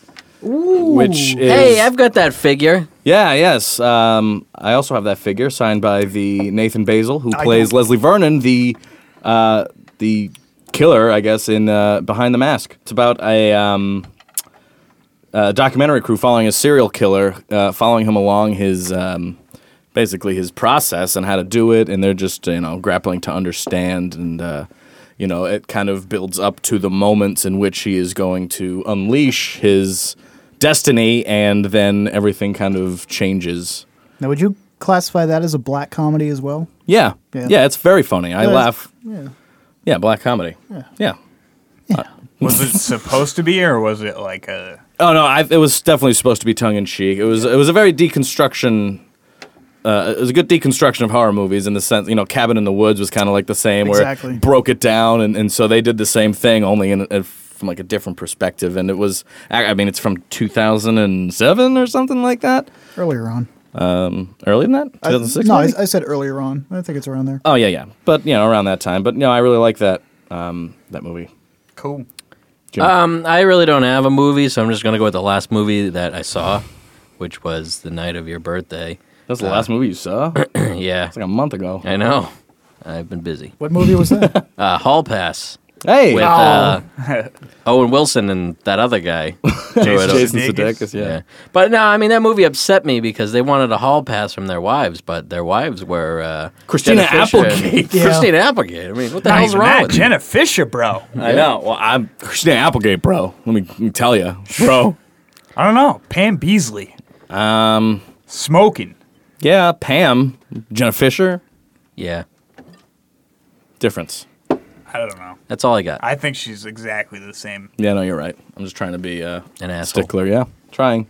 S1: which is
S2: Hey, I've got that figure.
S1: yeah, yes. Um, I also have that figure signed by the Nathan Basil, who plays Leslie Vernon, the uh, the killer, I guess, in uh, Behind the Mask. It's about a um, a documentary crew following a serial killer, uh, following him along his um, basically his process and how to do it, and they're just you know grappling to understand, and uh, you know it kind of builds up to the moments in which he is going to unleash his destiny, and then everything kind of changes.
S3: Now, would you classify that as a black comedy as well?
S1: Yeah, yeah,
S3: Yeah.
S1: it's very funny. I
S3: Yeah, it's-
S1: laugh.
S3: Yeah.
S1: Yeah, black comedy. Yeah.
S4: Was it supposed to be, or was it like a?
S1: Oh no, I, it was definitely supposed to be tongue in cheek. It was it was a very deconstruction. Uh, it was a good deconstruction of horror movies in the sense, you know, Cabin in the Woods was kind of like the same,
S3: Exactly.
S1: where it broke it down, and, and so they did the same thing, only in, in, from like a different perspective. And it was, I I mean, it's from 2007 or something like that.
S3: Earlier on.
S1: Earlier than that, 2006.
S3: no, I,
S1: maybe?
S3: I said earlier on. I think it's around there.
S1: oh yeah, yeah, but you know, around that time. But no, I really like that um, that movie.
S4: Cool.
S1: Jim.
S2: Um, I really don't have a movie, so I'm just going to go with the last movie that I saw, which was the night of your birthday.
S1: That's the last movie you saw. it's like
S2: yeah.
S1: a month ago.
S2: uh, I know. I've been busy.
S3: What movie was that?
S2: Uh, Hall Pass
S1: Hey,
S2: with uh, Owen Wilson and that other guy.
S1: Jason
S4: Sudeikis.
S1: Sudeikis.
S2: Yeah.
S1: yeah.
S2: But no, I mean that movie upset me because they wanted a hall pass from their wives, but their wives were uh,
S1: Christina
S2: Jenna Fisher and-
S1: Applegate.
S3: Yeah.
S2: Christina Applegate. I mean, what the
S4: Not
S2: hell's
S4: even
S2: wrong
S4: that,
S2: with you?
S4: Jenna Fisher, bro.
S1: I know. Well, I'm Christina Applegate, bro. Let me, let me tell you, bro.
S4: I don't know. Pam Beasley.
S1: Um,
S4: Smoking.
S1: yeah, Pam, Jenna Fisher,
S2: Yeah,
S1: difference.
S4: I don't know.
S2: that's all I got.
S4: I think she's exactly the same.
S1: Yeah, no, you're right. I'm just trying to be uh,
S2: An asshole.
S1: stickler. Yeah, trying,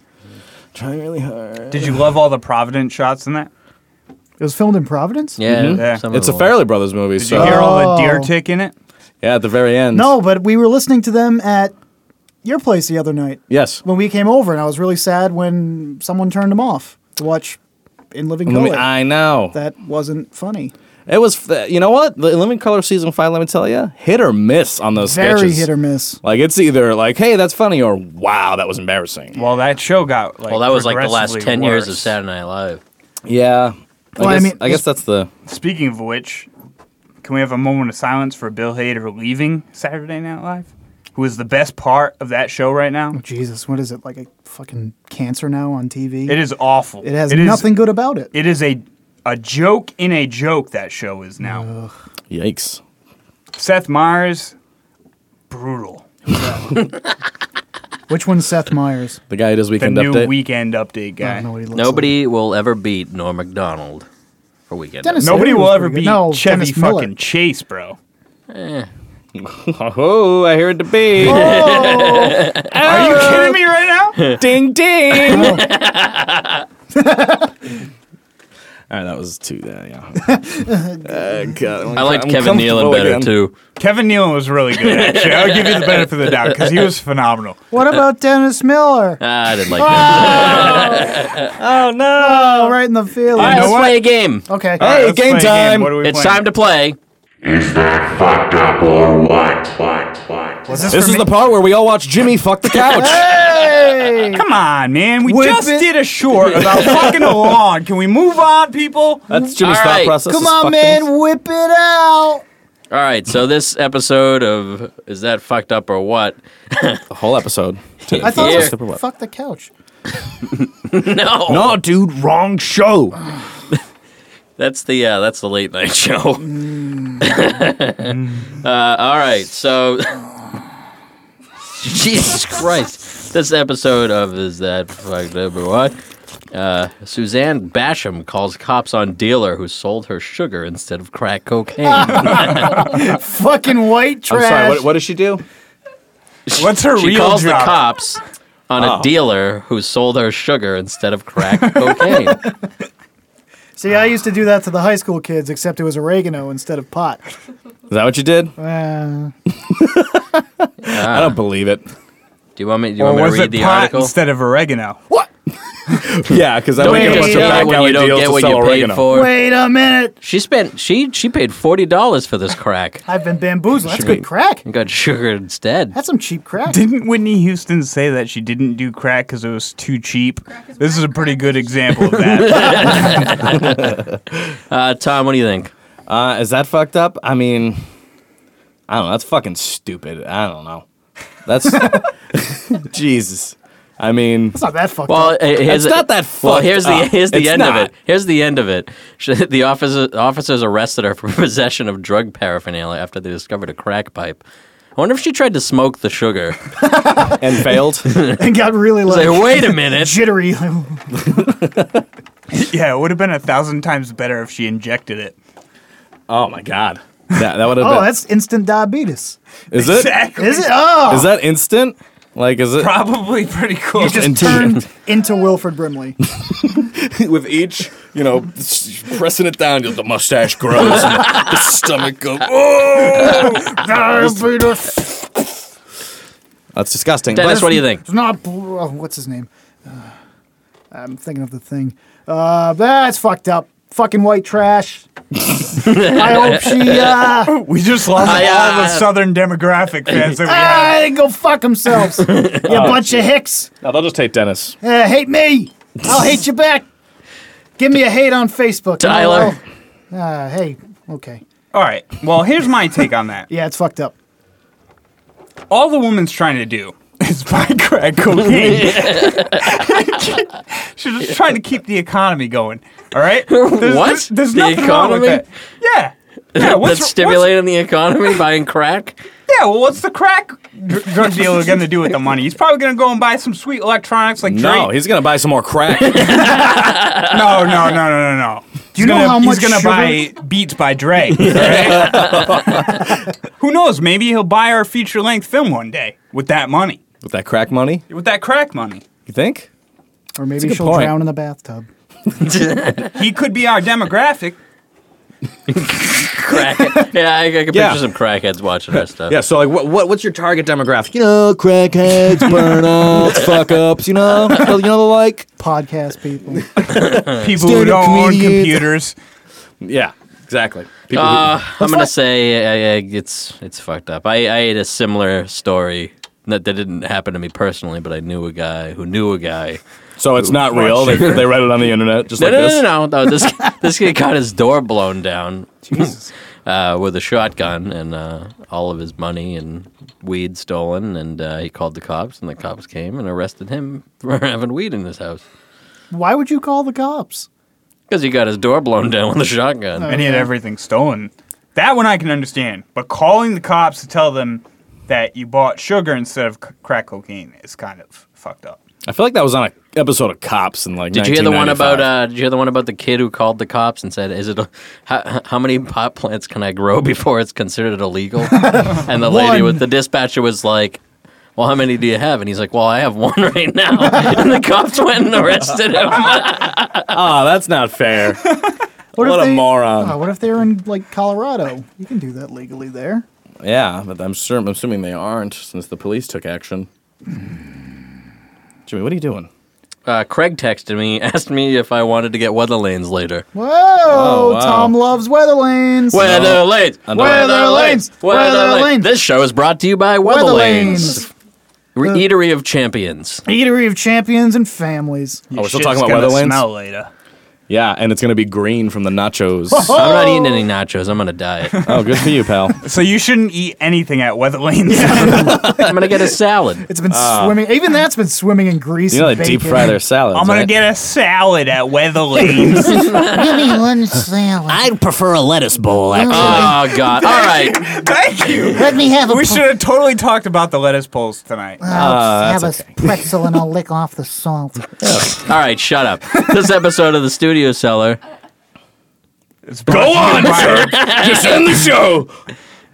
S1: trying really hard.
S4: Did you love all the Providence shots in that?
S3: It was filmed in Providence.
S2: yeah,
S1: Mhm.
S4: Yeah.
S2: some of
S1: It's a
S2: them were.
S1: Farrelly Brothers movie.
S4: Did
S1: so
S4: you hear all the deer
S3: Oh.
S4: tick in it?
S1: yeah, at the very end.
S3: No, but we were listening to them at your place the other night
S1: Yes.
S3: when we came over, and I was really sad when someone turned them off to watch In Living
S1: Let me-
S3: Color.
S1: I know.
S3: that wasn't funny.
S1: It was, f- you know what? The Living Color season five, let me tell you, hit or miss on those
S3: Very
S1: sketches.
S3: hit or miss.
S1: Like, it's either like, hey, that's funny, or wow, that was embarrassing.
S4: Well, that show got like
S2: Well, that was like the last
S4: progressively
S2: ten years of
S4: worse.
S2: Saturday Night Live.
S1: Yeah.
S3: Well, I
S1: guess,
S3: mean,
S1: I guess that's the.
S4: Speaking of which, can we have a moment of silence for Bill Hader leaving Saturday Night Live? Who is the best part of that show right now?
S3: Jesus, what is it like a fucking cancer now on TV?
S4: It is awful.
S3: It has
S4: is-
S3: nothing good about it.
S4: it is a a joke in a joke that show is now.
S1: Yikes.
S4: Seth Meyers, brutal.
S3: Which one's Seth Meyers?
S1: The guy who does
S4: The
S1: Weekend
S4: new
S1: Update.
S4: Weekend Update
S3: I
S4: guy.
S3: don't know what he looks like.
S2: Nobody will ever beat Norm Macdonald for weekend.
S3: Dennis-
S4: Nobody
S3: It was
S4: will ever
S3: pretty good.
S4: beat
S3: No,
S4: Chevy
S3: Dennis Miller.
S4: fucking Chase, bro.
S1: oh, I hear it to be.
S3: Oh,
S4: Are you kidding me right now?
S1: ding, ding. All right, that was too. Uh, yeah. Uh, God,
S2: I liked
S1: I'm
S2: Kevin Nealon
S1: comfortable
S2: better
S1: again.
S2: too.
S4: Kevin Nealon was really good, actually. I would give you the benefit of the doubt because he was phenomenal.
S3: What about Dennis Miller?
S2: Ah, I didn't like that.
S1: Oh no!
S3: Oh, right in the field.
S2: All right,
S4: know
S2: let's
S4: what?
S2: play a game.
S3: Okay.
S1: Hey,
S4: Let's
S1: game
S4: play a
S1: time.
S4: What are we
S2: It's
S4: playing?
S2: time to play.
S6: Is that fucked up or what? What? What?
S3: Was this,
S1: This
S3: for
S1: is
S3: me?
S1: the part where we all watch Jimmy fuck the couch.
S3: Hey!
S4: Come on, man. We
S3: Whip
S4: just
S3: it.
S4: did a short about fucking the lawn. Can we move on, people?
S2: Uh,
S1: That's Jimmy's
S2: All
S1: thought
S2: right.
S1: process.
S3: Come
S1: is
S3: on,
S1: fuck
S3: man,
S1: things.
S3: whip it out.
S2: All right, so this episode of Is That Fucked Up or What?
S1: The whole episode. today.
S3: I thought
S2: Here.
S3: it was fuck the couch.
S2: No,
S1: No, dude, wrong show.
S2: that's the uh, that's the late night show.
S4: Mm.
S2: uh, all right, so Jesus Christ, this episode of Is That Fucked Up or What? Uh, Suzanne Basham calls cops on dealer who sold her sugar instead of crack cocaine.
S3: Fucking white
S1: I'm
S3: trash.
S1: sorry. What, what does she do?
S4: What's her
S2: she
S4: real
S2: calls
S4: job? Oh.
S2: the cops on a dealer who sold her sugar instead of crack cocaine.
S3: See, I used to do that to the high school kids, except it was oregano instead of pot.
S1: Is that what you did?
S3: Uh,
S1: I
S2: Ah.
S1: don't believe it.
S2: Do you want me? Do you
S4: Or
S2: want me to
S4: was
S2: read
S4: it
S2: the
S4: pot
S2: article?
S4: instead of oregano?
S1: Yeah, because I
S2: Don't
S1: would
S2: you
S1: get a
S2: just
S1: bunch of
S2: sell it
S1: back
S2: when you
S1: alley
S2: don't
S1: deals
S2: get
S1: to
S2: what
S1: sell
S2: you paid
S1: oregano.
S2: for?
S3: wait a minute.
S2: She spent she she paid forty dollars for this crack
S3: I've been bamboozled. That's
S1: Should
S3: good
S1: be.
S3: crack.
S2: and got sugar instead.
S3: That's some cheap crack.
S4: Didn't Whitney Houston say that she didn't do crack because it was too cheap?
S5: is
S4: This is a
S5: crack,
S4: pretty
S5: crack
S4: good example of that.
S2: Uh, Tom, what do you think?
S1: Uh, is that fucked up? I mean, I don't know. That's fucking stupid. I don't know. That's Jesus. I mean,
S3: That's not that fucked
S2: Well,
S3: up.
S2: eh, here's
S1: It's not that
S2: Well,
S1: fucked
S2: here's the
S1: up.
S2: here's the
S1: It's
S2: end of
S1: not.
S2: it. Here's the end of it. She, the officer, officers arrested her for possession of drug paraphernalia after they discovered a crack pipe. I wonder if she tried to smoke the sugar.
S1: and failed.
S3: and got really
S2: It's
S3: like
S2: like, wait a minute.
S3: jittery.
S4: yeah, it would have been a thousand times better if she injected it.
S1: oh my god. That that would have
S3: oh,
S1: been.
S3: that's instant diabetes.
S1: Is it?
S4: Exactly.
S3: Is it? Oh,
S1: Is that instant? Like, is it
S4: Probably pretty cool.
S3: you just
S1: instant.
S3: turned into Wilfred Brimley.
S1: with each? You know, s- pressing it down, the mustache grows, and the stomach goes. "Whoa!"
S3: diabetes.
S1: That's disgusting.
S2: Dennis,
S1: but-
S2: what do you think?
S3: It's not. Oh, what's his name? Uh, I'm thinking of the thing. Uh, that's fucked up. Fucking white trash. I hope she. Uh,
S4: we just lost
S2: I,
S4: all
S2: uh,
S4: the southern demographic fans that we have.
S3: ah, they can go fuck themselves. You bunch of hicks.
S1: No, they'll just take Dennis.
S3: Uh, hate me. I'll hate you back. Give me a hate on Facebook.
S2: Tyler.
S3: LOL. Uh, hey. Okay.
S4: All right. Well, here's my take on that.
S3: Yeah, it's fucked up.
S4: all the woman's trying to do is buy crack cocaine. She's just trying to keep the economy going. All right. There's,
S2: What?
S4: There's, there's
S2: The
S4: nothing wrong with
S2: economy?
S4: that. Yeah. Yeah. What's,
S2: That's stimulating the economy buying crack.
S4: Yeah, well, what's the crack dr- drug dealer going to do with the money? He's probably going to go and buy some sweet electronics like
S1: No,
S4: Drake.
S1: he's gonna buy some more crack.
S4: No, no, no, no, no, no. Do
S3: you know how much
S4: he's going to
S3: sugar-
S4: buy Beats by Dre? right? Who knows? Maybe he'll buy our feature length film one day with that money,
S1: With that crack money,
S4: with that crack money.
S1: you think?
S3: Or maybe
S1: good
S3: she'll
S1: point.
S3: drown in the bathtub.
S4: He could be our demographic.
S2: Crack. yeah, I, I can picture
S1: Yeah.
S2: some crackheads watching our stuff.
S1: Yeah. So like, what, what what's your target demographic? You know, crackheads, burnouts, fuck ups. You know, you know the like.
S3: Podcast people.
S4: People who
S1: Stand-up
S4: don't own
S1: comedians.
S4: computers.
S1: Yeah. Exactly. People
S2: Uh, I'm gonna say I, I, it's it's fucked up. I, I had a similar story that that didn't happen to me personally, but I knew a guy who knew a guy.
S1: who, so it's not real. They, they read it on the internet, just
S2: No,
S1: like
S2: no,
S1: this.
S2: no, no, no. This this guy got his door blown down uh, with a shotgun and uh, all of his money and weed stolen, and uh, he called the cops, and the cops came and arrested him for having weed in his house
S3: Why would you call the cops?
S2: because he got his door blown down with a shotgun.
S3: Oh,
S4: and he had everything stolen. That one I can understand, but calling the cops to tell them that you bought sugar instead of c- crack cocaine is kind of fucked up.
S1: I feel like that was on an episode of Cops in like.
S2: Did you hear the one about?
S1: 1995.
S2: Uh, did you hear the one about the kid who called the cops and said, "Is it a, how, how many pot plants can I grow before it's considered illegal?" and the lady
S3: One.
S2: with the dispatcher was like. Well, how many do you have? And he's like, "Well, I have one right now." and the cops went and arrested him.
S1: Oh, that's not fair.
S3: What,
S1: What
S3: if
S1: a
S3: they,
S1: moron.
S3: Oh, what if they're in like Colorado? You can do that legally there.
S1: yeah, but I'm sure. I'm assuming they aren't since the police took action. Jimmy, what are you doing?
S2: Uh, Craig texted me, asked me if I wanted to get weather lanes later.
S3: Whoa!
S1: Oh, wow.
S3: Tom loves weather lanes.
S2: Weather lanes,
S1: I
S2: weather,
S1: know.
S2: lanes, weather lanes. This show is brought to you by Weather,
S3: Weather
S2: Lanes, Re-
S3: Uh,
S2: Eatery of Champions.
S3: Eatery of champions and families.
S1: Oh, we're still
S4: Shit's
S1: talking about
S4: gonna
S1: weather lanes.
S4: Smell later.
S1: Yeah, and it's gonna be green from the nachos.
S2: I'm not eating any nachos. I'm on a diet.
S1: oh, good for you, pal.
S4: So you shouldn't eat anything at weather lanes.
S2: I'm gonna get a salad.
S3: It's been swimming. Even that's been swimming in grease.
S1: Ah. You know they
S3: and
S1: deep
S3: bacon.
S1: fry their salads.
S4: I'm gonna
S1: right?
S4: get a salad at weather lanes.
S7: I'd prefer a lettuce bowl, actually.
S2: Oh God! All right,
S4: Thank you.
S7: Let me have a,
S4: We should have totally talked about the lettuce polls tonight.
S3: Uh,
S1: Ah,
S7: have a pretzel and I'll lick off the salt.
S2: all right, shut up. This episode of the Studio Cellar.
S4: Go on, sir.
S1: Just end the show.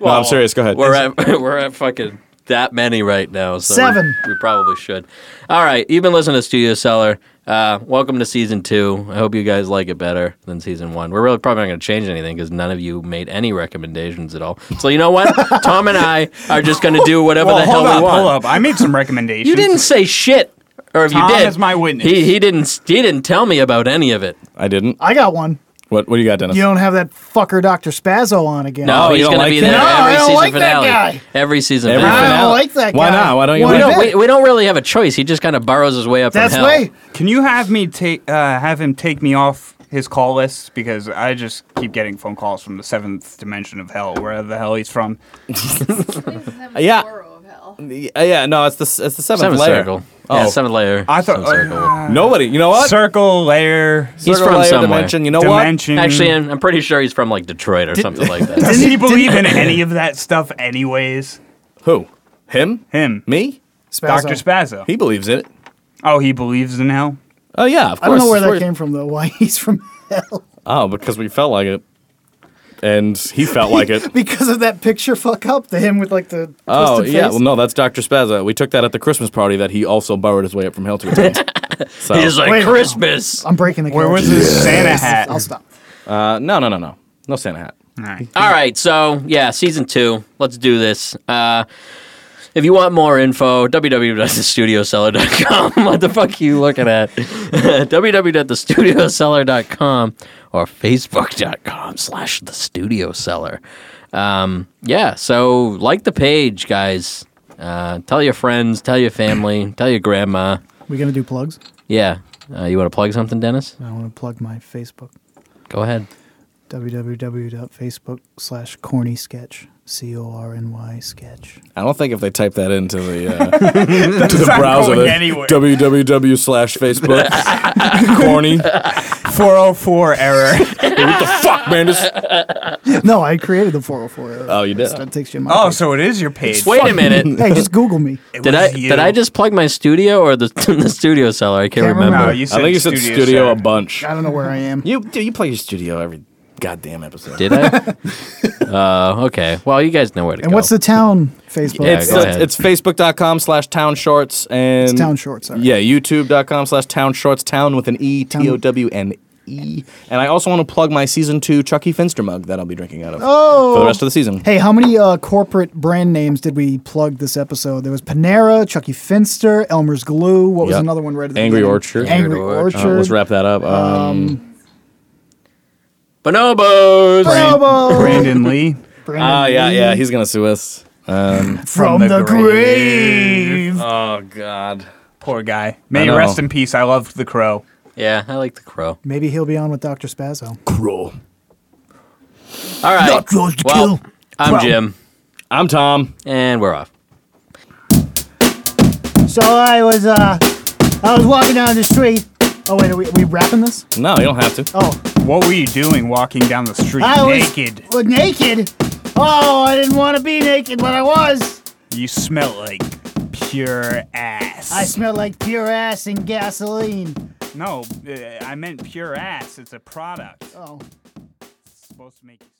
S1: no, I'm serious. Go ahead.
S2: We're at we're at fucking that many right now. So
S3: Seven.
S2: We, we probably should. All right, you've been listening to Studio Cellar. Uh, welcome to season two. I hope you guys like it better than season one. We're really probably not going to change anything because none of you made any recommendations at all. So you know what? Tom and I are just going to do whatever
S4: Well,
S2: the hell
S4: hold
S2: we
S4: up,
S2: want.
S4: hold up. I made some recommendations.
S2: You didn't say shit, or if
S4: Tom
S2: you did,
S4: is my witness.
S2: He, he didn't. He didn't tell me about any of it.
S1: I didn't.
S3: I got one.
S1: What What do you got, Dennis?
S3: You don't have that fucker Dr. Spazzo on again.
S2: No,
S1: Oh, you
S2: he's
S1: don't
S2: going
S1: like
S2: to be
S1: him?
S2: there
S1: No,
S3: I
S2: every
S3: don't
S2: season
S3: like that
S2: finale.
S3: guy.
S2: Every season
S1: Every
S3: I
S2: finale.
S1: finale.
S3: don't like that
S1: Why
S3: guy.
S1: not? Why don't you
S3: Why
S2: We
S1: like
S3: not?
S2: don't, we, we don't really have a choice. He just kind of borrows his way up
S3: That's
S2: from hell.
S3: way.
S4: Can you have me take uh, have him take me off his call list because I just keep getting phone calls from the seventh dimension of hell, wherever the hell he's from.
S1: Yeah.
S5: Of hell.
S1: Uh, yeah, no, it's the s- it's the seventh,
S2: Seventh
S1: layer.
S2: circle.
S1: Oh,
S2: Yeah, seventh layer.
S4: I thought
S2: Seventh circle.
S4: uh,
S1: nobody. You know what?
S4: circle layer
S2: he's
S1: Circle
S2: from
S1: layer
S2: somewhere.
S1: dimension. You know
S4: dimension.
S2: Actually, uh, I'm, I'm pretty sure he's from like Detroit or something like that.
S4: does he believe in any of that stuff? Anyways,
S1: what? Who? Him?
S4: him,
S1: Me?
S3: Spazzo.
S4: Doctor Spazzo.
S1: He believes in it.
S4: oh, he believes in hell.
S1: Oh yeah, of course.
S3: I don't know where
S1: Of
S3: that
S1: course.
S3: came from though. Why he's from hell?
S1: Oh, because we felt like it, and he felt like it.
S3: because of that picture fuck up to him with like the
S1: Oh
S3: twisted
S1: yeah,
S3: face.
S1: well no, that's Doctor Spazza. We took that at the Christmas party that he also borrowed his way up from hell to attend. So
S2: He's like
S3: Wait.
S2: Christmas.
S3: I'm breaking the.
S4: Where
S3: couch.
S4: was his Santa hat?
S3: I'll stop.
S1: uh, no, no, no, no, no Santa hat.
S4: Alright.
S2: All right, so yeah, season two. Let's do this. Uh, if you want more info, www.thestudioseller.com. what the fuck are you looking at? www.thestudioseller.com or facebook.com slash the studio seller. Um, yeah, so like the page, guys. Uh, tell your friends, tell your family, tell your grandma.
S3: We gonna do plugs?
S2: Yeah. Uh, you want to plug something, Dennis?
S3: I want to plug my Facebook.
S2: Go ahead.
S3: www.facebook slash corny sketch c o r n y sketch.
S1: I don't think if they type that into the uh, to the
S4: not
S1: browser,
S4: going
S1: the
S4: anywhere.
S1: www slash Facebook corny.
S4: Four oh four error.
S1: What the fuck, Bandits.
S3: No, I created the 404.
S1: Oh, you did?
S3: That takes you. in my
S4: Oh,
S3: page.
S4: so it is your page.
S2: Wait a minute.
S3: hey, just Google me.
S4: It
S2: Did
S4: was
S2: I
S4: you.
S2: did I just plug my studio or the the studio seller? I can't,
S3: Can't
S2: remember.
S4: No,
S3: remember.
S4: Oh, you said
S1: I think you said
S4: studio,
S1: studio
S4: sir.
S1: a bunch.
S3: I don't know where I am.
S1: You dude, you play your studio every goddamn episode.
S2: Did I? uh, okay. Well, you guys know where to
S3: And
S2: go.
S3: what's the town Facebook?
S2: Yeah,
S1: it's
S2: go
S1: uh,
S2: ahead.
S1: it's facebook.com slash town shorts and
S3: It's Town Shorts, sorry.
S1: Yeah, youtube.com slash town shorts, town with an E, T O W N E. And I also want to plug my season two Chucky Finster mug that I'll be drinking out of oh. for the rest of the season.
S3: Hey, how many uh, corporate brand names did we plug this episode? There was Panera, Chucky Finster, Elmer's Glue. What was
S1: Yep.
S3: another one right at the
S1: Angry
S3: beginning?
S1: Orchard.
S2: Angry
S3: Angry
S2: Orchard.
S3: Orchard.
S1: Uh, let's wrap that up. Um,
S2: bonobos?
S3: Bravo!
S4: Brandon Lee.
S3: Brandon
S1: ah, yeah,
S3: Lee
S1: yeah, he's going to sue us.
S3: From, the, grave.
S1: Oh, God.
S4: Poor guy.
S1: I
S4: May he
S1: know.
S4: rest in peace. I loved The Crow.
S2: Yeah, I like the crow.
S3: Maybe he'll be on with Dr. Spazzo.
S1: Cruel.
S2: All right.
S7: Not yours to
S2: well,
S7: kill.
S2: I'm Jim,
S1: I'm Tom.
S2: and we're off.
S7: So I was, uh, I was walking down the street.
S3: Oh, wait, are we, are we wrapping this?
S1: No, you don't have to.
S3: Oh,
S4: What were you doing walking down the street
S3: I was
S4: naked?
S3: Well, naked? Oh, I didn't want to be naked, but I was.
S4: You smell like pure ass.
S3: I smelled like pure ass and gasoline.
S4: no, uh, I meant pure ass. It's a product.
S3: Oh.
S4: It's supposed to make you.